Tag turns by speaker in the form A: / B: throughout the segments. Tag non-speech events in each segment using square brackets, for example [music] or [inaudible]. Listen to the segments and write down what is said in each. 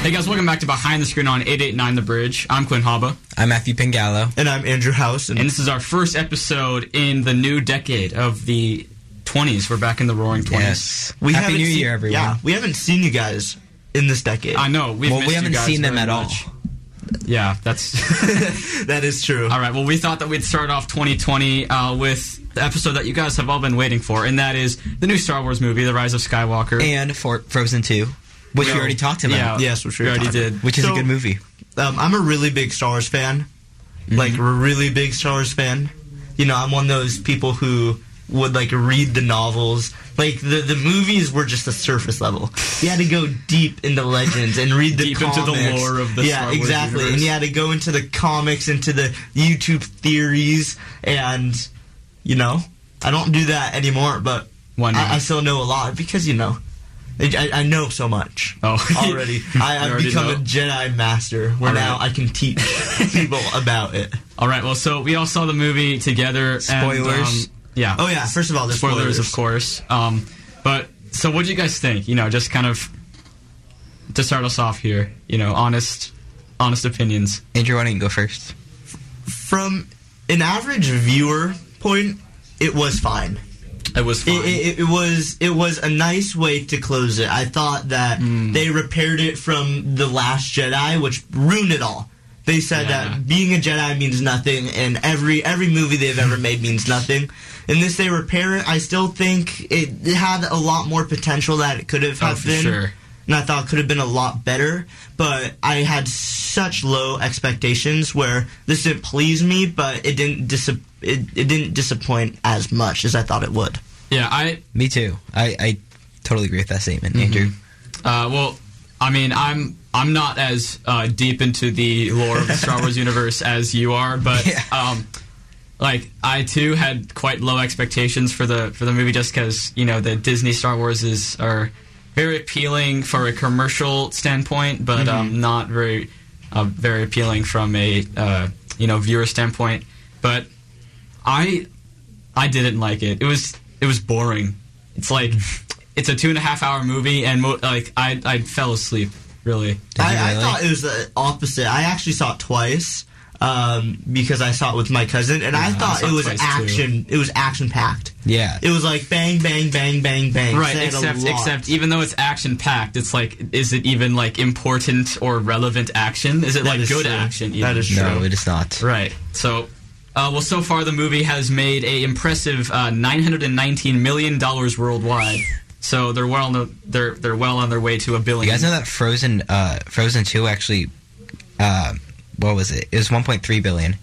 A: Hey guys, welcome back to Behind the Screen on 889 The Bridge. I'm Quinn Haba,
B: I'm Matthew Pangallo.
C: And I'm Andrew House. And,
A: and this is our first episode in the new decade of the 20s. We're back in the roaring 20s.
B: Yes. Happy
C: haven't
B: New
C: seen-
B: Year, everyone.
C: Yeah, we haven't seen you guys in this decade.
A: I know. We've
B: Well,
A: missed
B: we
A: you
B: haven't
A: guys
B: seen them
A: very
B: at all.
A: much. Yeah, that's.
C: [laughs]
A: [laughs]
C: that is true.
A: All right. Well, we thought that we'd start off 2020 uh, with the episode that you guys have all been waiting for, and that is the new Star Wars movie, The Rise of Skywalker.
B: And for Frozen 2, which we
A: Yo.
B: already talked about,
A: Yeah.
C: Yes, which we
A: We
C: were
A: already
C: talking
A: did.
B: which is
C: So-
B: a good movie.
C: Um, I'm a really big Star Wars fan.
A: Mm-hmm.
C: Like, really big Star Wars fan. You know, I'm one of those people who would, like, read the novels. Like, the, the movies were just the surface level. You had to go deep into legends and read the
A: Deep into
C: comics.
A: the lore of the
C: Yeah,
A: Star Wars
C: exactly. And
A: universe.
C: you had to go into the comics, into the YouTube theories, and, you know, I don't do that anymore, but
A: Why not?
C: I, I still know a lot because, you know, I, I I know so much
A: Oh. [laughs]
C: already. I,
A: You
C: I've
A: already
C: become
A: know.
C: a Jedi Master, where
A: All right.
C: now I can
A: [laughs]
C: teach people about it.
A: All right. Well, so we all saw the movie together. and,
B: Spoilers.
A: um, yeah.
C: Oh yeah! First of all, there's
A: spoilers,
C: spoilers,
A: of course. Um, but so, what do you guys think? You know, just kind of to start us off here. You know, honest, honest opinions.
B: Andrew, why don't you go first?
C: From an average viewer point, it was fine.
A: It was fun.
C: It, it, it was it was a nice way to close it. I thought that
A: Hmm.
C: they repaired it from the Last Jedi, which ruined it all. They said
A: Yeah.
C: that being a Jedi means nothing, and every every movie they've ever made means nothing. In this, they repair it. I still think it, it had a lot more potential that it could have
A: Oh,
C: have
A: for
C: been.
A: sure.
C: and I thought it could have been a lot better. But I had such low expectations where this didn't please me, but it didn't dis- it, it didn't disappoint as much as I thought it would.
A: yeah. I
B: Me too. I, I totally agree with that statement, Andrew.
A: Uh, well, I mean, I'm I'm not as uh, deep into the lore of the Star Wars universe [laughs] as you are, but
B: Yeah.
A: um, like I too had quite low expectations for the for the movie, just because you know the Disney Star Wars is are very appealing for a commercial standpoint, but um, not very uh, very appealing from a uh, you know viewer standpoint. But I I didn't like it. It was it was boring. It's like it's a two and a half hour movie, and mo- like I I fell asleep really.
B: Did you
C: I, I
B: really?
C: thought it was the opposite. I actually saw it twice um, because I saw it with my cousin, and
A: Yeah,
C: I
A: I
C: thought
A: saw
C: it
A: it
C: was
A: twice,
C: action. It was action packed.
B: Yeah.
C: It was like bang, bang, bang, bang, bang.
A: Right,
C: Said a
A: except
C: lot.
A: except even though it's action packed, it's like is it even like important or relevant action? Is it
C: That
A: like
C: is
A: good
C: true.
A: action? Even?
C: That is true.
B: no, it is not.
A: Right. So, uh, well, so far the movie has made a impressive uh, 919 million dollars worldwide. So they're well on the, they're they're well on their way to a billion.
B: You guys know that Frozen uh, Frozen 2 actually, uh, what was it? It was 1.3 billion.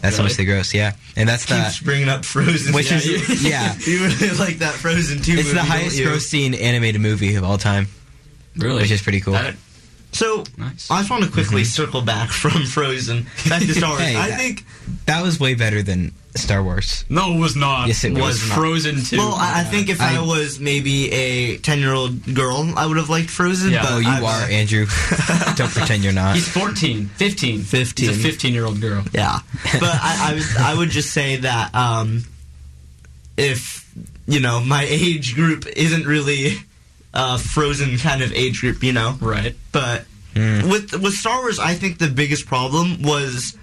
B: That's how
A: Really?
B: much they gross, yeah. And that's
C: keeps
B: the,
C: bringing up Frozen.
B: which
C: Yeah, [laughs]
B: is,
C: you-
B: yeah.
C: you really like that Frozen two.
B: It's
C: movie,
B: the
C: don't
B: highest
C: you?
B: grossing animated movie of all time,
A: really,
B: which is pretty cool.
A: That-
C: So
A: Nice.
C: I just want to quickly circle back [laughs] from Frozen back to Star
B: Mm-hmm. [laughs]
C: Wars.
B: Hey,
C: I
B: that-
C: think
B: That was way better than Star Wars.
A: no, it was not.
B: Yes, it
A: was,
B: was not.
A: Frozen too.
C: Well, I, I think if I,
B: I-
C: was maybe a ten-year-old girl, I would have liked Frozen.
A: Yeah.
C: but
B: Oh, you
C: I'm-
B: are,
A: [laughs]
B: Andrew. Don't pretend you're
C: [laughs]
B: not.
A: He's 14, 15.
C: 15.
A: He's a 15 year old girl.
C: Yeah, but I, I, was, I would just say that um, if you know my age group isn't really a Frozen kind of age group, you know.
A: Right.
C: But
B: Mm.
C: with with Star Wars, I think the biggest problem was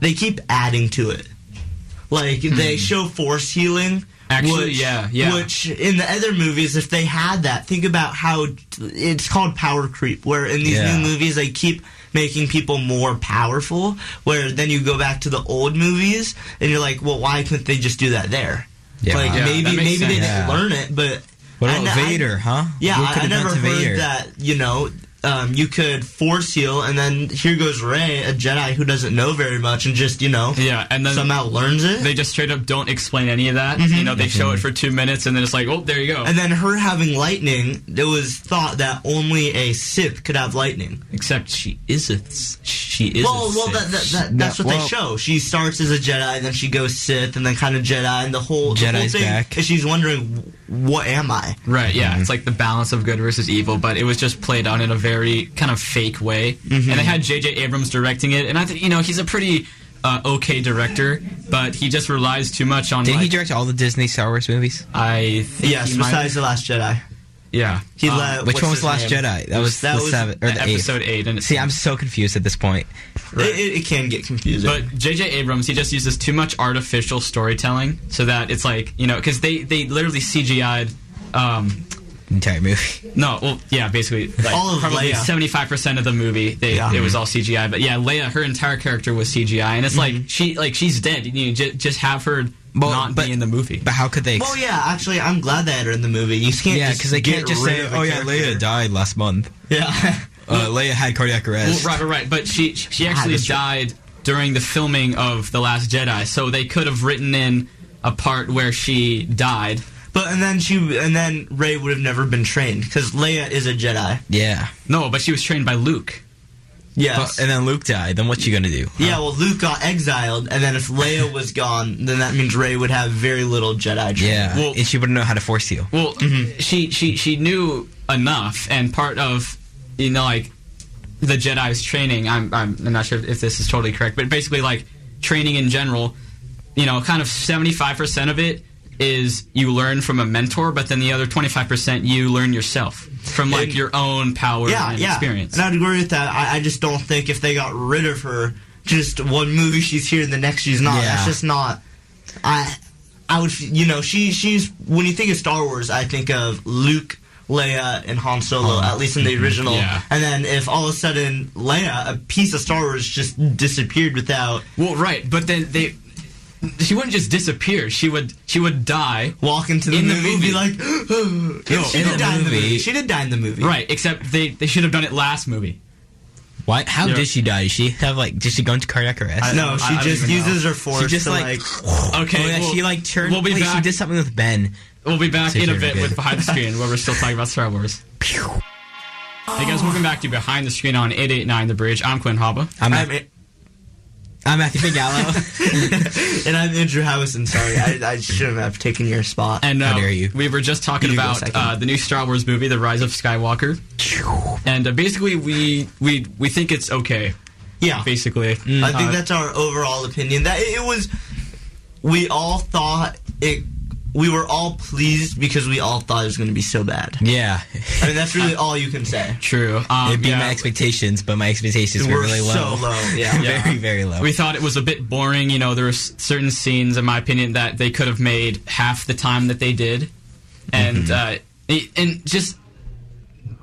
C: they keep adding to it. Like
B: Hmm.
C: they show force healing.
A: Actually,
C: which,
A: yeah, yeah.
C: Which in the other movies, if they had that, think about how t- it's called power creep. Where in these
B: Yeah.
C: new movies, they keep making people more powerful. Where then you go back to the old movies, and you're like, well, why couldn't they just do that there?
B: Yeah.
C: Like
B: Yeah,
A: that
C: maybe
A: makes
C: maybe they
A: sense.
C: didn't
B: Yeah.
C: learn it, but
B: What
C: I
B: about
C: kn- I-
B: Vader, huh?
C: yeah,
B: What
C: I,
B: could
C: I
B: have
C: never
B: done
C: heard
B: to Vader?
C: that. You know, um, you could force heal, and then here goes Rey, a Jedi who doesn't know very much, and just you know
A: Yeah, and then
C: somehow learns it.
A: they just straight up don't explain any of that. You know, they show it for two minutes and then it's like, oh, there you go.
C: Mm-hmm. and then her having lightning, it was thought that only a Sith could have lightning.
A: Except she is a she is.
C: Well,
A: a
C: well,
A: Sith.
C: that, that, that, that's
B: Yeah,
C: what
B: well-
C: they show. She starts as a Jedi, and then she goes Sith, and then kind of Jedi, and the whole the whole
B: Jedi's
C: thing
B: back.
C: is she's wondering, what am I?
A: Right, yeah.
C: Mm-hmm.
A: It's like the balance of good versus evil, but it was just played on in a very kind of fake way.
C: Mm-hmm.
A: And they had J.J. Abrams directing it, and I think, you know, he's a pretty uh, okay director, but he just relies too much on.
B: Did
A: like,
B: he direct all the Disney Star Wars movies?
A: I think
C: Yes,
A: he might-
C: besides the Last Jedi.
A: Yeah.
C: He
A: Um,
C: left.
B: Which
C: what's
B: one was
C: his
B: the Last
C: name?
B: Jedi? That was
C: That
B: the
C: was
B: seventh or the eighth.
A: episode eight, and it's
B: See, I'm so confused at this point.
C: It, it, it can get confusing.
A: But J.J. Abrams, he just uses too much artificial storytelling, so that it's like you know, because they they literally CGI'd. Um,
B: Entire movie. [laughs]
A: no, well, yeah, basically, like,
C: All of
A: probably
C: Leia.
A: seventy-five percent of the movie, they,
C: Yeah. Mm-hmm.
A: it was all CGI. But yeah, Leia, her entire character was CGI, and it's
C: Mm-hmm.
A: like she, like she's dead. You know, j- just have her
B: Well,
A: not
B: but-
A: be in the movie.
B: But how could they?
C: well, yeah, actually, I'm glad they had her in the movie. You can't
B: yeah,
C: just
B: because they can't
C: get
B: just
C: rid
B: say,
C: of a
B: "Oh yeah,
C: character."
B: Leia died last month.
C: Yeah. [laughs]
B: Uh, Leia had cardiac
A: Well,
B: arrest."
A: right, right, right. But she she actually
C: Ah, that's
A: died during the filming of The Last Jedi, so they could have written in a part where she died.
C: but and then she and then Ray would have never been trained because Leia is a Jedi.
B: Yeah.
A: No, but she was trained by Luke.
C: Yes.
B: But- and then Luke died. Then what you gonna do?
C: yeah, well, Luke got exiled, and then if Leia was gone, then that means Ray would have very little Jedi. Training.
B: Yeah.
A: Well-
B: and she wouldn't know how to force you.
A: Well,
C: Mm-hmm.
A: she she she knew enough, and part of you know like the Jedi's training. I'm I'm, I'm not sure if this is totally correct, but basically like training in general, you know, kind of seventy five percent of it is you learn from a mentor, but then the other twenty five percent you learn yourself from like
C: And-
A: your own power
C: yeah,
A: and
C: yeah.
A: experience.
C: And I'd agree with that. I, I just don't think if they got rid of her, just one movie she's here and the next she's not.
B: Yeah.
C: That's just not. I, I would, f- you know, she she's when you think of Star Wars, I think of Luke. Leia and Han Solo,
B: Oh,
C: at least in the
B: mhm,
C: original,
A: yeah.
C: and then if all of a sudden Leia, a piece of Star Wars, just disappeared without
A: well, right, but then they she wouldn't just disappear. She would she would die.
C: walking to the,
A: In the
C: movie, and
A: movie.
C: be
A: [gasps]
C: like, [gasps]
A: No,
C: she
B: in
C: did
B: the
C: die in the movie.
B: movie.
C: She did die in the movie,
A: Right, except they they should have done it last movie.
B: Why? How
A: Yeah.
B: did she die? Did she have like? Did she go into cardiac arrest?
A: I-
C: Uh, No, she
A: don't
C: just
A: even know.
C: uses her force
B: she just
C: to
B: like.
C: like,
A: Okay,
B: oh, yeah,
A: well,
B: she like turned.
A: we'll be
B: wait, she
A: back.
B: did something with Ben.
A: We'll be back
B: It's
A: in a
B: very
A: bit with
B: good.
A: Behind the Screen where we're still talking about Star Wars.
B: Pew.
A: Hey guys, welcome back to Behind the Screen on 889 The Bridge. I'm Quinn Haba.
B: I'm,
C: I'm,
B: I'm, I'm Matthew
A: [laughs]
B: Bigallo.
C: [laughs] and I'm Andrew Howison. Sorry, I, I shouldn't have taken your spot.
A: And uh,
B: How dare you.
A: we were just talking
C: You go
A: about
C: second.
A: uh, the new Star Wars movie, The Rise of Skywalker. And uh, basically, we, we we think it's okay,
C: yeah,
A: basically.
C: I
A: Uh,
C: think that's our overall opinion. That it, it was, we all thought it. We were all pleased because we all thought it was going to be so bad.
B: yeah,
C: I mean,
A: [laughs]
C: that's really all you can say.
A: true. Um,
B: it beat
A: yeah.
B: my expectations, but my expectations were,
C: We're
B: really low.
C: so low.
B: [laughs]
C: Yeah.
A: Yeah.
B: very very low.
A: we thought it was a bit boring. You know, there were s- certain scenes, in my opinion, that they could have made half the time that they did, and
B: Mm-hmm.
A: uh, it- and just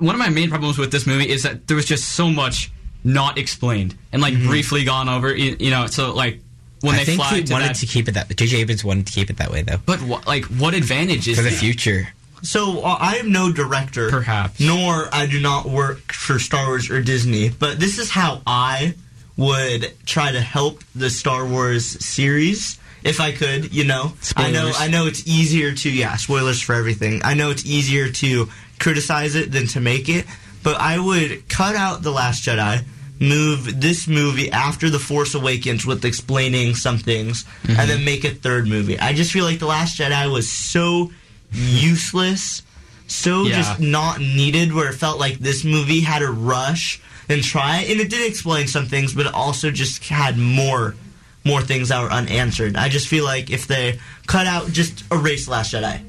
A: one of my main problems with this movie is that there was just so much not explained and like briefly gone over. You, you know, so like when
B: Mm-hmm.
A: they
B: I think
A: fly
B: he
A: to
B: wanted
A: that,
B: to keep it that. J.J. Abrams wanted to keep it that way though,
A: but wha- like what advantage is
B: for the
A: that? [laughs]
B: future.
C: So uh, I am no director,
A: Perhaps.
C: nor I do not work for Star Wars or Disney. But this is how I would try to help the Star Wars series if I could. You know, I know
B: Spoilers.
C: I know it's easier to yeah spoilers for everything. I know it's easier to criticize it than to make it. But I would cut out the Last Jedi. Move this movie after The Force Awakens with explaining some things, and then make a third movie. I just feel like The Last Jedi was so useless so
A: Yeah.
C: just not needed where it felt like this movie had to rush and try and it did explain some things but it also just had more more things that were unanswered i just feel like if they cut out just erase last jedi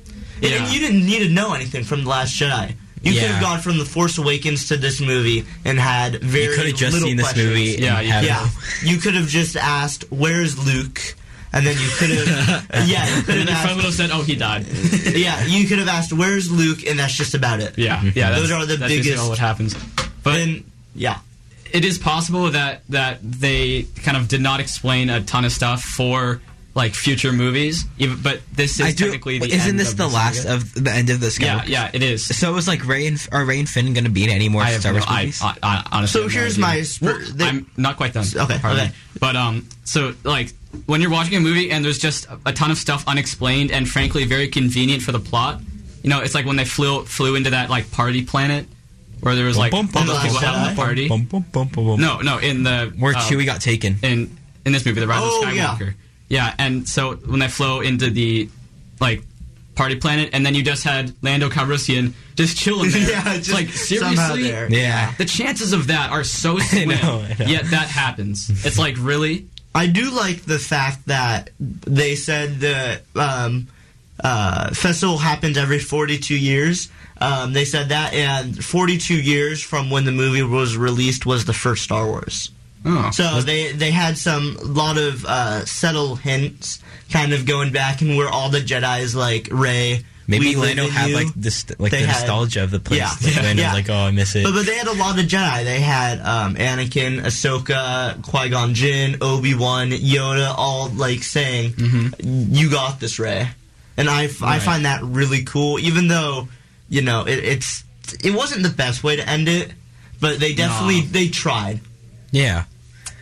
C: And- and,
A: Yeah.
C: you didn't need to know anything from the last jedi you could
B: Yeah.
C: have gone from the force awakens to this movie and had very
B: You could have just
C: little
B: seen this
C: questions.
B: movie.
A: Yeah,
B: and
A: you-
B: have-
C: Yeah, you could have just asked, "Where's Luke?" And then you could
B: [laughs]
C: have, yeah, you could
A: And
C: have
A: then Fred would
C: asked,
A: have said, "Oh, he died."
C: [laughs] yeah, you could have asked, "Where's Luke?" And that's just about it.
A: yeah, yeah. That's,
C: Those are the
A: that's basically
C: biggest-
A: all What happens? But
C: And yeah,
A: it is possible that that they kind of did not explain a ton of stuff for like future movies. Even, but this is
B: I do.
A: technically the
B: Isn't
A: end
B: this
A: of
B: the last
A: saga.
B: of the end of this?
A: yeah, yeah, it is.
B: So it was like Ray and are Ray and Finn gonna be in any more
A: I have
B: Star
A: no,
B: Wars
A: I,
B: movies?
A: I, I honestly.
C: So
A: have
C: here's
A: no
C: my
A: idea.
C: spur-
A: Well,
C: the-
A: I'm not quite done.
C: Okay,
A: pardon
C: okay.
A: me. But um, so like when you're watching a movie and there's just a ton of stuff unexplained and frankly very convenient for the plot. You know, it's like when they flew flew into that like party planet where there was like
B: Bum, bum,
A: all those
C: bum,
A: people
C: bum,
A: having
C: bum,
A: the party.
B: Bum, bum, bum, bum, bum.
A: No, no, in the
B: where
A: uh,
B: Chewie got taken.
A: in in this movie, The Rise
C: Oh,
A: of
C: yeah.
A: Skywalker. Yeah. and so when they flow into the like party planet, and then you just had Lando Calrissian just chilling
C: [laughs]
A: there.
C: Yeah,
A: It's
C: just
A: like
C: somehow
A: seriously,
C: there.
B: Yeah.
A: the chances of that are so slim.
B: know, [laughs] I know.
A: Yet that happens. It's like really.
C: I do like the fact that they said that um, uh, festival happens every 42 years. Um, they said that, and 42 years from when the movie was released was the first Star Wars.
A: Oh.
C: So they they had some lot of uh, subtle hints, kind of going back and where all the Jedi's like Ray.
B: Maybe Lando had like this, like the
C: They had-
B: nostalgia of the place.
C: Yeah.
B: Like,
C: Yeah.
B: Lando's
C: Yeah.
B: like, oh, I miss it.
C: But, but they had a lot of Jedi. They had um, Anakin, Ahsoka, Qui Gon Jinn, Obi Wan, Yoda, all like saying,
B: Mm-hmm.
C: "You got this, Ray." And I, f- I
A: Right.
C: find that really cool. Even though you know it, it's it wasn't the best way to end it, but they definitely
A: No.
C: they tried.
B: yeah.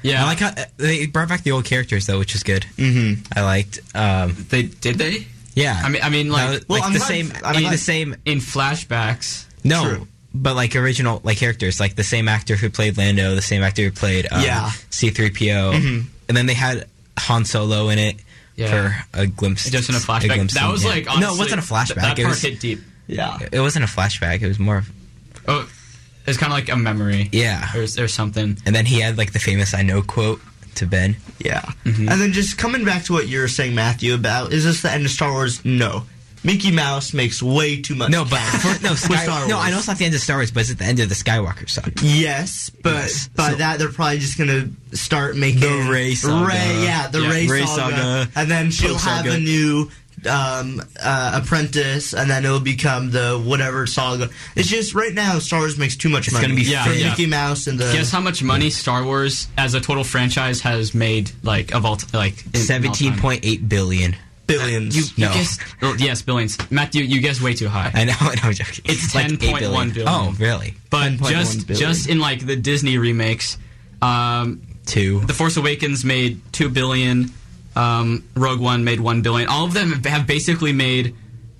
A: yeah,
B: I like how uh, they brought back the old characters though, which is good.
C: Mm-hmm.
B: I liked. Um,
A: they did they?
B: yeah.
A: I mean, I mean,
B: That
A: like
B: was-
C: Well,
B: like
C: I'm
B: the
C: glad-
B: same.
C: I'm
B: in
C: glad-
B: the same.
A: in flashbacks.
B: No,
C: True.
B: but like original like characters, like the same actor who played Lando, the same actor who played um,
C: Yeah. Mm-hmm.
B: C-3PO, and then they had Han Solo in it
A: Yeah.
B: for a glimpse.
A: Just in a flashback.
B: glimpse
A: that
B: in-
A: was
B: yeah.
A: like honestly,
B: no, it wasn't a
A: th-
B: flashback.
A: That part
B: it was.
A: hit deep.
C: Yeah.
B: It wasn't a flashback. It was more. Of,
A: Oh, it's kind of like a memory
B: yeah.
A: or, or something.
B: And then he had like the famous "I know" quote to Ben.
C: Yeah.
B: Mm-hmm.
A: Mhm.
C: And then just coming back to what you were saying, Matthew, about is this the end of Star Wars? No. Mickey Mouse makes way too much.
B: No, [laughs]
C: [laughs]
B: but
C: cash
B: for, no,
C: with
B: Sky,
C: Star
B: no. I
C: Wars.
B: know it's not the end of Star Wars, but it's at the end of the Skywalker saga.
C: Yes, but
B: Yes.
C: by
B: So-
C: that they're probably just gonna start making
B: The Rey saga.
C: Rey- yeah, the
A: Yeah,
C: Ray,
B: Rey
C: saga,
B: saga,
C: and then she'll
B: Poe
C: have
B: saga.
C: a new um, uh, apprentice, and then it'll become the whatever saga. It's just right now Star Wars makes too much
B: It's
C: money.
B: gonna be
A: Yeah,
C: for
A: fake.
C: Mickey Mouse and the
A: Guess how much money Star Wars as a total franchise has made, like of all t- like in- in all time?
B: Seventeen point eight billion.
C: billions.
A: You, you
B: No.
A: guessed- oh, yes, billions. Matthew, you guessed way too high.
B: I know. [laughs] I know. I'm joking.
A: It's
B: Like
A: 10.1
B: 8 billion.
A: billion.
B: Oh, really?
A: But
C: 10.1
A: just
C: billion.
A: just in like the Disney remakes, um,
B: Two.
A: The Force Awakens made two billion. Um, Rogue One made one billion. All of them have basically made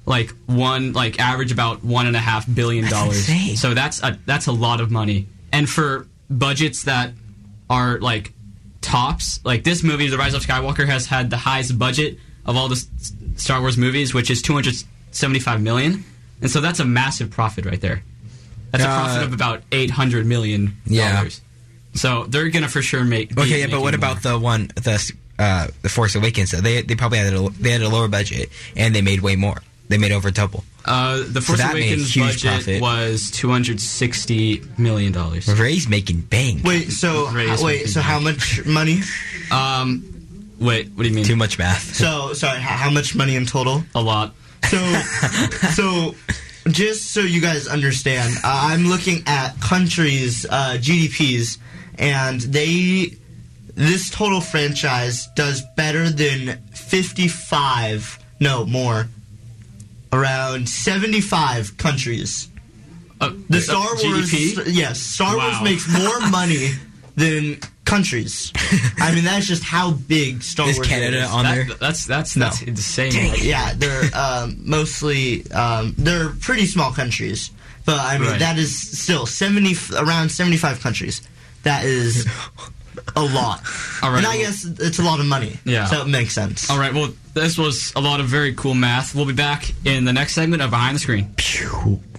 A: like one like average about one and a half billion
B: That's
A: dollars.
B: insane.
A: So that's a that's a lot of money. And for budgets that are like tops, like this movie, The Rise of Skywalker, has had the highest budget of all the S- Star Wars movies, which is two hundred seventy-five million. And so that's a massive profit right there. That's a
B: Uh,
A: profit of about eight hundred million
B: Yeah.
A: dollars. So they're gonna for sure make. be
B: Okay, yeah, but
A: making
B: what about the one the uh, the Force Awakens? Though they they probably had a, they had a lower budget and they made way more. They made over double.
A: Uh, the Force
B: that made
A: Awakens
B: huge
A: budget
B: profit.
A: was two hundred sixty million dollars.
B: Ray's making bang.
C: wait, so
A: Rey's
C: wait, so how much money?
A: Um, wait, what do you mean?
B: Too much math.
C: So sorry, h- how much money in total?
A: a lot.
C: So, so just so you guys understand, uh, I'm looking at countries' uh, GDPs, and they this total franchise does better than 55, no more, around 75 countries.
A: Uh,
C: The
A: uh,
C: Star Wars,
A: GDP?
C: yes, Star
A: Wow.
C: Wars makes more money than
A: [laughs]
C: countries. I mean, that's just how big Star
B: Is
C: Wars
B: Canada
C: is.
B: on
A: That-
B: there?
A: that's that's
C: No.
A: that's insane.
C: Yeah,
A: [laughs]
C: they're um, mostly um, they're pretty small countries, but I mean
A: Right.
C: that is still seventy around seventy five countries. That is a lot,
A: All right,
C: and I
A: well-
C: guess it's a lot of money.
A: Yeah.
C: so it makes sense.
A: All right. Well, this was a lot of very cool math. We'll be back in the next segment of Behind the Screen.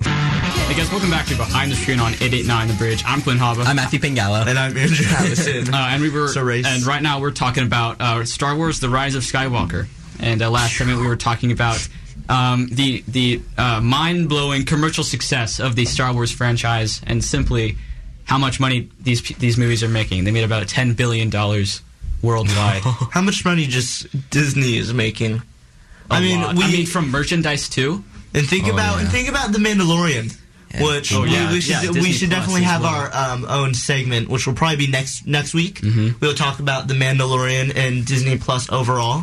A: Hey guys, welcome back to Behind the Screen on eight eight nine The Bridge. I'm Quinn Haba.
B: [laughs] I'm Matthew Pingala.
C: And
A: [laughs]
C: I'm Andrew Allison.
A: Uh, and we were,
C: It's a race.
A: and right now we're talking about uh, Star Wars: The Rise of Skywalker. And uh, last segment we were talking about um, the the uh, mind blowing commercial success of the Star Wars franchise, and simply how much money these p- these movies are making. They made about ten billion dollars
B: [laughs]
A: worldwide.
C: How much money just Disney is making? I
A: A
C: mean,
A: lot.
C: we
A: I mean, from merchandise too.
C: and think
B: Oh,
C: about and
B: yeah.
C: think about the Mandalorian.
B: Yeah.
C: Which
A: Oh,
C: we-
A: yeah,
C: we, should
A: yeah,
C: we
A: Disney
C: should
A: Plus
C: definitely
A: as
C: have
A: well.
C: our um, own segment, which will probably be next next week.
A: Mm-hmm.
C: We'll talk about the Mandalorian and Disney Plus overall,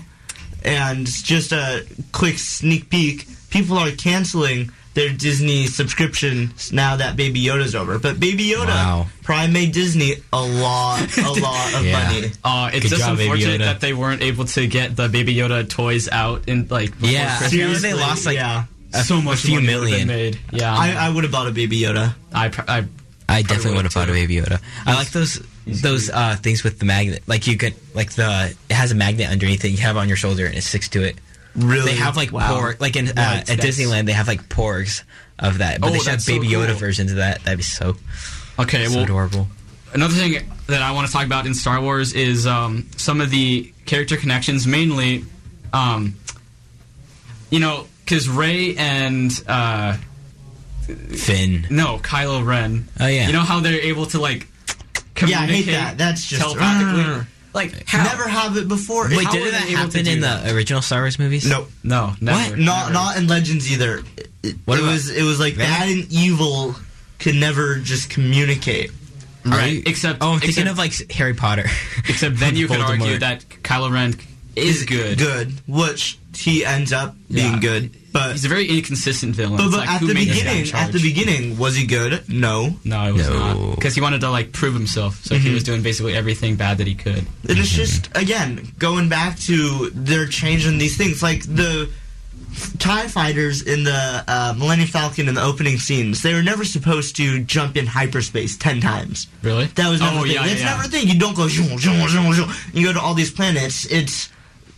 C: and just a quick sneak peek: people are canceling their Disney subscriptions now that Baby Yoda's over. But Baby Yoda
B: Wow.
C: probably made Disney a lot,
A: [laughs]
C: a lot of
B: Yeah.
C: money.
A: Uh, it's
B: Good
A: just
B: job, Baby
A: unfortunate
B: Yoda.
A: that they weren't able to get the Baby Yoda toys out and like before
B: Yeah.
A: Christmas.
B: Apparently they
C: Seriously,
B: lost, like, um,
C: yeah.
B: A-
A: so much
B: a few
A: money would've been
B: million.
A: made. Yeah,
C: I, I would have bought a Baby Yoda.
A: I, pr- I
B: I definitely would have
A: would,
B: bought a Baby Yoda. I like those those uh, things with the magnet. Like you could like the it has a magnet underneath it. You have it on your shoulder and it sticks to it.
C: Really,
B: They have like
C: Wow.
B: porg like in uh,
A: Yeah,
B: at
A: it's- that's-
B: Disneyland. They have like porgs of that,
A: Oh,
B: but they should have
A: that's so
B: Baby Yoda
A: cool.
B: versions of that. That'd be so
A: okay.
B: so
A: well,
B: adorable.
A: another thing that I want to talk about in Star Wars is um, some of the character connections, mainly um, you know, because Ray and uh,
B: Finn.
A: no Kylo Ren.
B: Oh, yeah.
A: You know how they're able to like
C: Yeah, I hate
A: communicate.
C: that. That's just-
A: telepathically.
C: Ugh.
A: like how?
C: Never have it before.
B: Wait,
A: How
B: didn't
A: were
B: that
A: they able to
B: happen
A: do
B: in
A: that?
B: the original Star Wars movies?
C: Nope.
A: No, never.
C: Not
A: never.
C: not in Legends either. It,
B: What
C: it
B: about-
C: was it was like bad and evil could never just communicate.
B: Are
A: right.
B: you-
A: except
B: Oh, I'm
A: except,
B: thinking of like Harry Potter.
A: [laughs] except
B: [laughs]
A: then you could
B: Voldemort.
A: argue that uh, Kylo Ren is good.
C: Good, which he ends up being
A: Yeah.
C: good, but
A: He's a very inconsistent villain.
C: but,
A: It's
C: but
A: like,
C: at
A: who
C: the
A: made this guy in
C: beginning, at
A: charge?
C: the beginning, was he good? No.
A: No, it was
B: No. Mm-hmm.
A: not. Because he wanted to like prove himself, so he was doing basically everything bad that he could.
C: And it's just again going back to they're changing these things, like the Tie Fighters in the uh, Millennium Falcon in the opening scenes. They were never supposed to jump in hyperspace ten times.
A: Really?
C: That was
A: oh
C: never a thing.
A: yeah,
C: That's
A: yeah.
C: never a thing. You don't go zoom, zoom, zoom, zoom. You go to all these planets. It's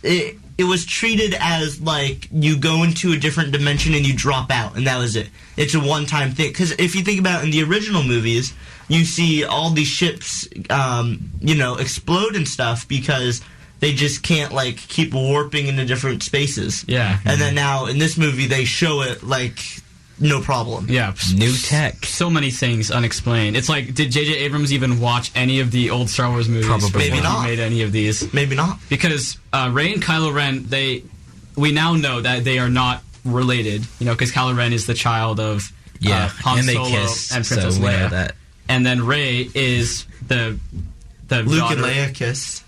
C: it. It was treated as like you go into a different dimension and you drop out, and that was it. It's a one-time thing. Because if you think about it, in the original movies, you see all these ships, um, you know, explode and stuff because they just can't like keep warping into different spaces.
A: Yeah.
C: And then now in this movie, they show it like no problem.
A: Yeah.
B: New tech.
A: So many things unexplained. It's like, did J.J. Abrams even watch any of the old Star Wars movies?
B: Probably
A: before
C: Maybe
A: he
C: not.
A: Made any of these
C: Maybe not.
A: because uh, Ray and Kylo Ren, they we now know that they are not related. You know, because Kylo Ren is the child of uh,
B: Yeah,
A: Han
B: and they
A: Solo
B: kiss.
A: and
B: so
A: Princess
B: we know
A: Leia,
B: that.
A: and then Ray is the the
C: Luke
A: daughter.
C: and Leia kiss.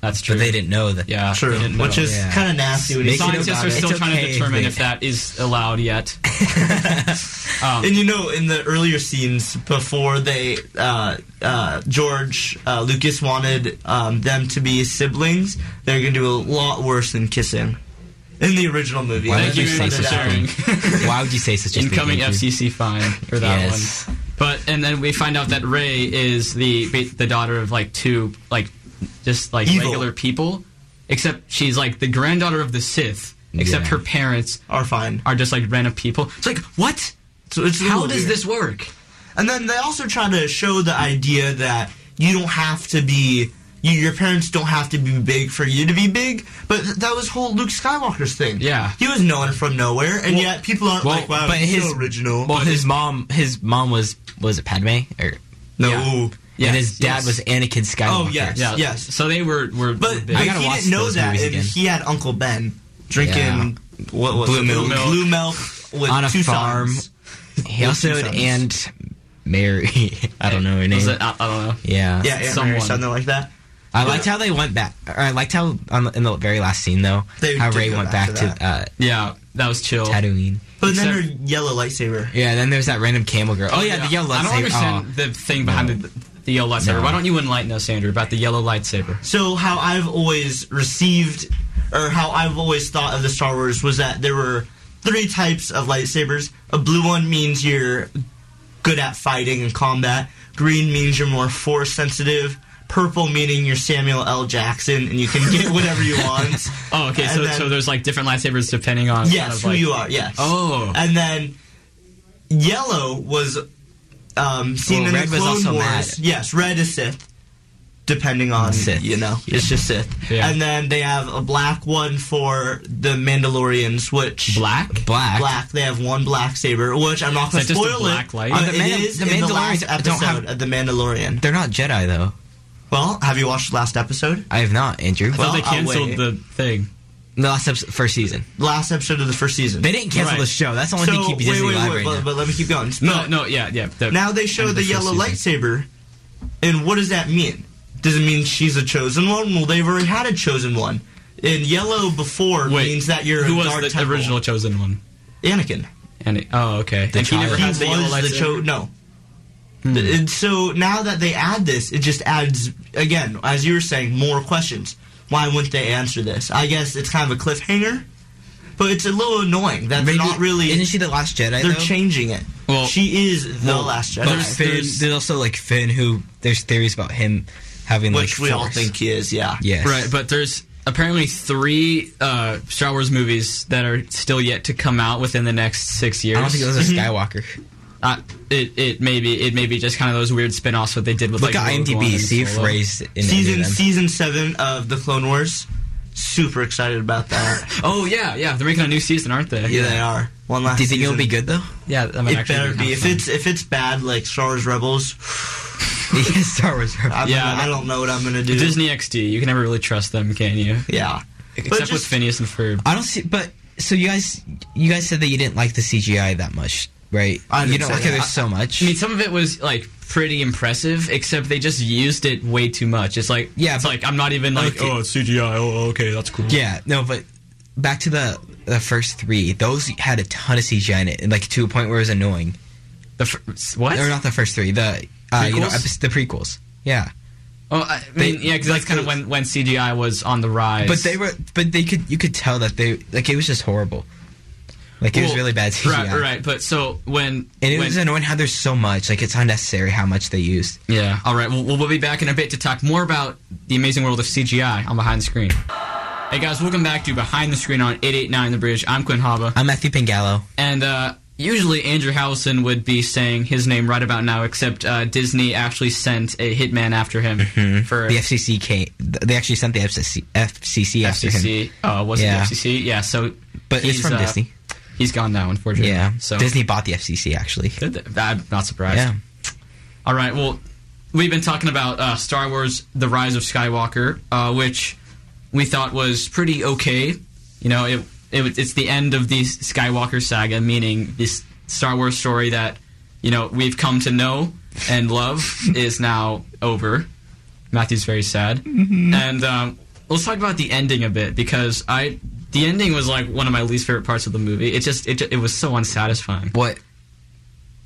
A: That's true.
B: But they didn't know that.
A: Yeah,
C: True,
A: they didn't
C: which
A: know.
C: is
B: Yeah.
C: kind of nasty. When you
B: Make it
C: think
B: a-
C: about
A: scientists are
C: it.
A: still
B: It's
A: trying
B: okay
A: to
B: if
A: determine
B: they-
A: if that is allowed yet.
C: And you know, in the earlier scenes before they, uh, uh, George uh, Lucas wanted um, them to be siblings, they're going to do a lot worse than kissing. In the original movie,
B: Why
C: they
A: Thank
B: would
A: you
B: you
C: just
B: say
A: for
C: cut it
B: such a
C: out.
A: sharing.
B: Why would you say such a thing?
A: Incoming
B: Andrew?
A: FCC fine for that
B: Yes.
A: one. But and then we find out that Ray is the the daughter of like two like just like
C: Evil.
A: regular people, except she's like the granddaughter of the Sith. Except
B: Yeah.
A: her parents
C: Are fine.
A: are just like random people. It's like what?
C: So it's a
A: How
C: little
A: does
C: weird.
A: this work?
C: And then they also try to show the idea that you don't have to be. You, your parents don't have to be big for you to be big, but th- that was whole Luke Skywalker's thing.
A: Yeah.
C: he was known from nowhere, and yet people aren't
B: well,
C: like, Oh, "Wow,
B: but
C: he's
B: his-
C: so original."
B: Well, his mom, his mom was was it Padme or?
C: no,
A: yeah.
B: and his dad
A: yes.
B: was Anakin Skywalker.
C: Oh, yes.
A: yeah.
C: Yes.
A: So they were were big.
C: But, but
B: I gotta
C: he
B: watch
C: didn't know
B: those
C: that,
B: movies
C: and
B: again.
C: he had Uncle Ben drinking
B: Yeah.
C: what was
B: Blue
C: it?
B: milk.
C: blue milk with
B: On a
C: two
B: farm.
C: sons.
B: He also
C: two
B: had
C: sons.
B: Aunt Mary. [laughs] I don't know her name.
A: Was it, I, I don't know.
B: yeah,
C: uh, Yeah, Aunt Mary,
A: Someone.
C: something like that.
B: I liked how they went back. Or I liked how on the, in the very last scene though,
C: They
B: how
C: did
B: Ray
C: go
B: went
C: back
B: back,
C: to
B: to, uh,
A: Yeah, that was chill.
B: Tatooine.
C: But then her
A: Except-
C: yellow lightsaber.
B: Yeah, and then there's that random camel girl. Oh yeah, the yellow lightsaber.
A: I don't understand
B: Oh.
A: the thing behind the, the yellow lightsaber.
B: No.
A: Why don't you enlighten us, Andrew, about the yellow lightsaber?
C: So how I've always received, or how I've always thought of the Star Wars was that there were three types of lightsabers. A blue one means you're good at fighting and combat. Green means you're more force sensitive. Purple meaning you're Samuel L. Jackson and you can get whatever you want.
A: Oh, okay.
C: And
A: So,
C: then-
A: so there's like different lightsabers depending on kind
C: Yes,
A: of
C: who
A: like-
C: you are. Yes.
A: Oh.
C: And then yellow was um, seen
B: Well,
C: in
B: red
C: the
B: was
C: Clone
B: also
C: Wars.
B: mad. Mm.
C: Yes, red is Sith. Depending on
B: Sith.
C: you know, it's just Sith.
A: Yeah.
C: And then they have a black one for the Mandalorians, which
A: Black.
B: black.
C: Black. They have one black saber, which I'm not going
A: Is
C: to
A: that just a
C: spoil
A: black
C: it.
A: light?
C: but
B: Are the
C: it
B: Mandal-
C: is
B: the
C: in the
B: Mandalorians
C: last
B: don't
C: episode
B: have-
C: of the Mandalorian.
B: They're not Jedi though.
C: Well, have you watched the last episode?
B: I have not, Andrew.
A: Well, oh,
C: Well,
A: they
C: I'll
A: canceled
C: wait.
A: the thing.
B: the last episode, first season.
C: Last episode of the first season.
B: They didn't cancel
A: Right.
B: the show. That's the only
C: so
B: thing keeping
C: wait,
B: Disney
C: wait,
B: alive
C: wait,
B: right
C: but,
B: now.
C: but let me keep going.
A: No,
C: But-
A: no, yeah, yeah. the-
C: Now they show
A: end
C: the,
A: of the
C: yellow
A: first
C: lightsaber, and what does that mean? Does it mean she's a chosen one? Well, they've already had a chosen one. And yellow before
A: Wait,
C: means that you're
A: who
C: a
A: was
C: Dark
A: the
C: Temple.
A: original chosen one?
C: Anakin.
A: And it, oh, okay. and he
B: child.
A: never
C: He
A: had
C: was
A: the yellow
C: the,
A: lightsaber. Hmm.
C: cho- no. The- And so now that they add this, it just adds again, as you were saying, more questions. Why wouldn't they answer this? I guess it's kind of a cliffhanger, but it's a little annoying that they're
B: Maybe-
C: not really.
B: Isn't she the last Jedi?
C: they're
B: though?
C: changing it.
A: Well-
C: she is the
B: Well,
C: last Jedi.
B: But Finn,
A: there's-
B: there's, also like Finn, who there's theories about him having
C: which
B: like
C: we all
B: force.
C: think he is. Yeah.
B: Yes.
A: Right, but there's apparently three uh, Star Wars movies that are still yet to come out within the next six years.
B: I don't think those are Skywalker.
A: Uh, it it may be it may be just kind of those weird spin-offs that they did with
B: Look
A: like
B: at
A: Rogue One
B: IMDb.
A: and
B: See if
A: Solo.
B: Ray's in any of
C: season
B: them.
C: season seven of the Clone Wars. super excited about
B: [laughs]
C: that.
A: Oh yeah, yeah. They're making a new season, aren't they?
C: yeah, they are. One last.
B: Do you think it'll be
C: season.
A: [laughs]
B: good though? [laughs]
A: Yeah, that might
C: It
A: actually
C: better be.
A: kinda
C: If
A: fun.
C: it's if it's bad, like Star Wars Rebels,
B: Yeah, Star Wars.
C: I'm
A: Yeah,
C: gonna- I
A: that-
C: don't know what I'm gonna do.
A: Disney XD, you can never really trust them, can you?
C: Yeah,
A: Except with
C: just-
A: Phineas and Ferb.
B: I don't see, but so you guys, you guys said that you didn't like the CGI that much, right?
C: I didn't
B: you don't
C: say
B: like
C: that.
B: it. There's so much.
A: I mean, some of it was like pretty impressive, except they just used it way too much. It's like
B: Yeah,
A: it's
B: but-
A: like I'm not even like
B: Okay.
A: oh it's CGI. Oh okay, that's cool.
B: yeah, no, but back to the the first three. Those had a ton of CGI in it, and, like to a point where it was annoying.
A: The fir- what?
B: Or not the first three. The uh, you know
A: Prequels?
B: epi- the prequels. Yeah,
A: oh, I
B: They-
A: mean, yeah, because that's
B: like
A: kind of
B: the-
A: when when CGI was on the rise.
B: but they were, but they could, you could tell that they like it was just horrible. Like it was
A: Well,
B: really bad CGI.
A: Right, right. But so when
B: And it
A: when-
B: was annoying how there's so much. Like it's unnecessary how much they used.
A: yeah. All right. Well, we'll we'll be back in a bit to talk more about the amazing world of CGI on Behind the Screen. Hey guys, welcome back to Behind the Screen on 889 The Bridge. I'm Quinn Haba.
B: I'm Matthew Pangallo.
A: And uh, usually Andrew Howison would be saying his name right about now, except uh, Disney actually sent a hitman after him for
B: Mm-hmm. The FCC came. They actually sent the FCC, FCC after him.
A: FCC. Uh, was
B: Yeah.
A: it the FCC? Yeah. So,
B: But
A: he's,
B: it's from
A: uh,
B: Disney.
A: He's gone now, unfortunately.
B: Yeah.
A: So
B: Disney bought the FCC actually.
A: Did they? I'm not surprised.
B: Yeah.
A: All right. Well, we've been talking about uh, Star Wars: The Rise of Skywalker, uh, which we thought was pretty okay. You know, it, it was- it's the end of the Skywalker saga, meaning this Star Wars story that you know we've come to know and love is now over. Matthew's very sad, and um, let's talk about the ending a bit because I the ending was like one of my least favorite parts of the movie. It just it, ju- it was so unsatisfying.
B: What?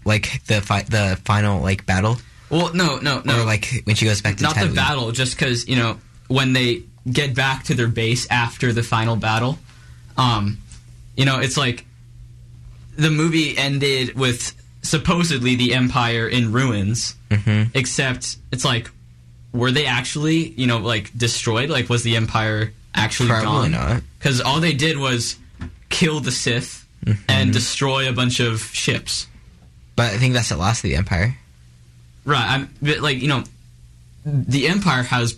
B: Like the fi- the final like battle,
A: Well, no, no, no.
B: or like when she goes back to
A: not the
B: Tatooine?
A: battle, just because you know when they get back to their base after the final battle, um, you know it's like the movie ended with supposedly the empire in ruins,
B: Mhm.
A: except it's like were they actually you know like destroyed? Like was the empire actually gone?
B: Probably not.
A: Because all they did was kill the Sith
B: Mm-hmm.
A: and destroy a bunch of ships.
B: But I think that's the last of the Empire.
A: Right. I'm but like you know, the empire has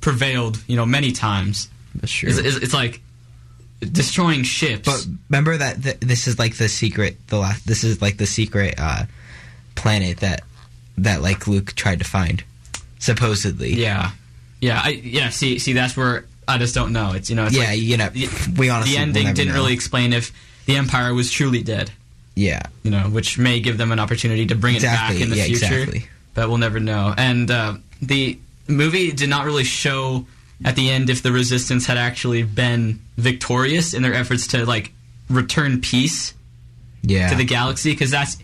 A: prevailed. You know, many times.
B: That's true.
A: It's, it's, it's like destroying ships.
B: but remember that th- this is like the secret. The last. This is like the secret uh, planet that that like Luke tried to find, supposedly.
A: yeah, yeah, I yeah. See, see, that's where I just don't know. It's you know, it's
B: Yeah,
A: like
B: you know,
A: the-
B: we honestly
A: the
B: will
A: ending
B: never
A: didn't
B: know.
A: really explain if the empire was truly dead.
B: Yeah,
A: You know, which may give them an opportunity to bring it
B: exactly.
A: back in the
B: yeah,
A: future.
B: exactly.
A: but we'll never know. And uh, the movie did not really show at the end if the resistance had actually been victorious in their efforts to like return peace
B: Yeah,
A: to the galaxy because that's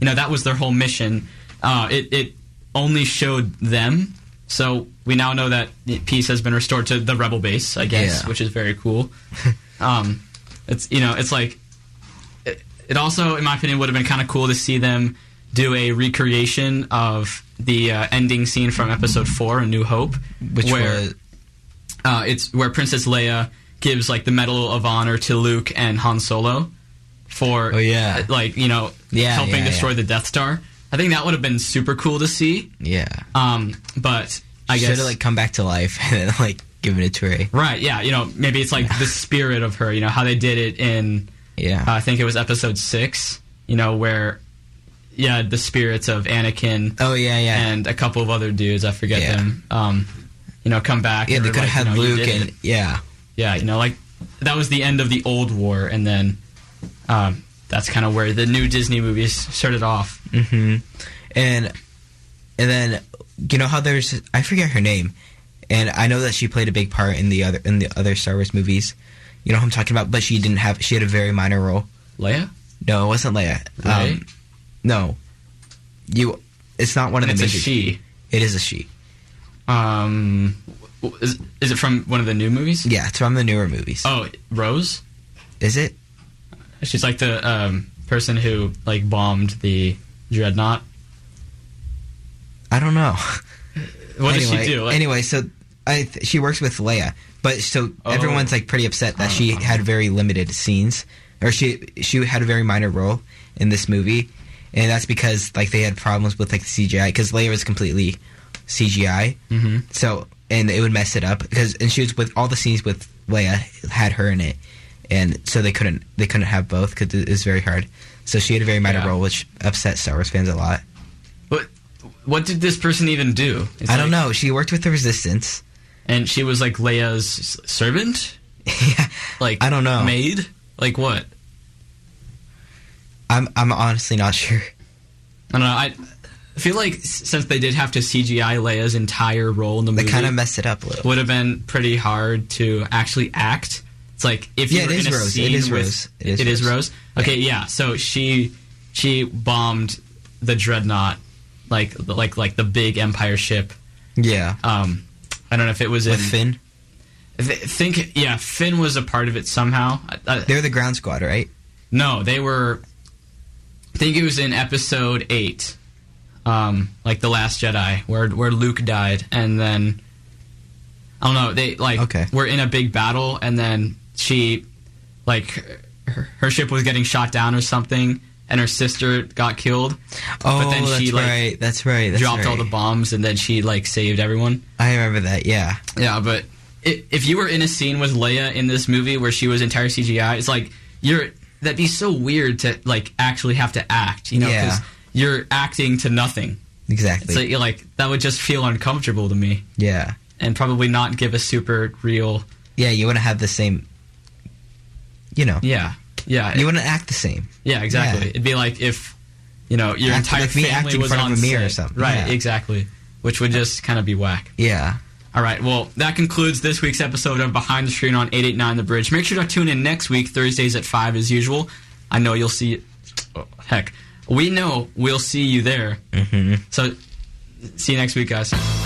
A: you know that was their whole mission. Uh, it it only showed them, so we now know that peace has been restored to the rebel base, I guess,
B: Yeah.
A: which is very
B: [laughs]
A: cool. um, it's you know it's like it, it also, in my opinion, would have been kind of cool to see them do a recreation of the uh, ending scene from Episode Four, A New Hope,
B: which
A: where
B: was
A: uh, it's where Princess Leia gives like the Medal of Honor to Luke and Han Solo for
B: Oh, yeah.
A: uh, like you know
B: Yeah,
A: helping
B: yeah,
A: destroy
B: yeah.
A: the Death Star. I think that would have been super cool to see.
B: yeah.
A: Um, but I
B: should
A: guess
B: have like come back to life [laughs] and then like given it to her.
A: right, yeah, you know maybe it's like the spirit of her. You know how they did it in
B: Yeah,
A: uh, I think it was Episode Six. You know where yeah the spirits of Anakin
B: Oh yeah, yeah.
A: and a couple of other dudes I forget
B: Yeah.
A: them. Um, you know come back.
B: yeah,
A: and
B: they
A: were
B: could
A: like,
B: have
A: you
B: had
A: know, you
B: Luke
A: did it.
B: and yeah,
A: yeah, you know, like that was the end of the old war, and then um, that's kind of where the new Disney movies started off.
B: hmm and and then you know how there's I forget her name, and I know that she played a big part in the other in the other Star Wars movies. You know who I'm talking about, but she didn't have she had a very minor role.
A: Leia,
B: No, it wasn't Leia.
A: Ray?
B: Um, no, you. It's not one
A: and
B: of
A: it's
B: the
A: a
B: major.
A: she.
B: It is a she.
A: Um, w- is, is it from one of the new movies?
B: Yeah, it's from the newer movies.
A: Oh, Rose.
B: Is it?
A: She's like the um, person who like bombed the dreadnought.
B: I don't know.
A: What
B: anyway,
A: does she do? Like,
B: anyway, so I th- she works with Leia, but so
A: Oh.
B: everyone's like pretty upset that she had very limited scenes, or she she had a very minor role in this movie, and that's because like they had problems with like the CGI because Leia was completely CGI.
A: hmm
B: So and it would mess it up because and she was with all the scenes with Leia had her in it, and so they couldn't they couldn't have both because it was very hard. So she had a very minor
A: Yeah.
B: role, which upset Star Wars fans a lot.
A: What what did this person even do? It's
B: I
A: like-
B: don't know. She worked with the Resistance. [laughs]
A: And she was like Leia's s- servant,
B: yeah,
A: like
B: I don't know.
A: maid, like what?
B: I'm I'm honestly not sure.
A: I don't know. I feel like s- since they did have to CGI Leia's entire role in the
B: They
A: movie,
B: kind of messed it up a little.
A: would have been pretty hard to actually act. It's like if you
B: Yeah, it
A: were
B: is
A: in a
B: Rose. It
A: scene
B: is
A: with
B: Rose.
A: it is, Rose. Okay, yeah. So she she bombed the dreadnought, like like like the big Empire ship.
B: Yeah,
A: Um, I don't know if it was
B: with
A: in
B: Finn,
A: Th- think yeah, Finn was a part of it somehow. I, I,
B: they're the ground squad, right?
A: no, they were. I think it was in episode eight, um, like the Last Jedi, where where Luke died, and then I don't know. They like
B: Okay.
A: were in a big battle, and then she, like, her, her ship was getting shot down or something, and her sister got killed,
B: Oh,
A: but then
B: that's
A: she like
B: right. That's right. That's
A: dropped all
B: right.
A: the bombs, and then she like saved everyone.
B: I remember that. Yeah.
A: Yeah, but i if you were in a scene with Leia in this movie where she was entire CGI, it's like you're that'd be so weird to like actually have to act, you know,
B: Yeah.
A: because you're acting to nothing.
B: Exactly.
A: It's like, you're like that would just feel uncomfortable to me,
B: yeah.
A: and probably not give a super real.
B: Yeah. You wouldn't have the same. You know.
A: Yeah, yeah,
B: You wouldn't act the same.
A: yeah, exactly.
B: yeah.
A: It'd be like if you know your
B: Act-
A: entire
B: like me
A: family
B: acting in
A: was
B: front
A: on
B: of a mirror or
A: set.
B: something,
A: right?
B: yeah.
A: Exactly, which would just kind of be whack.
B: Yeah.
A: All right. Well, that concludes this week's episode of Behind the Screen on 889 The Bridge. Make sure to tune in next week, Thursdays at 5 as usual. I know you'll see. oh, heck. We know we'll see you there. Mm-hmm. So, see you next week, guys.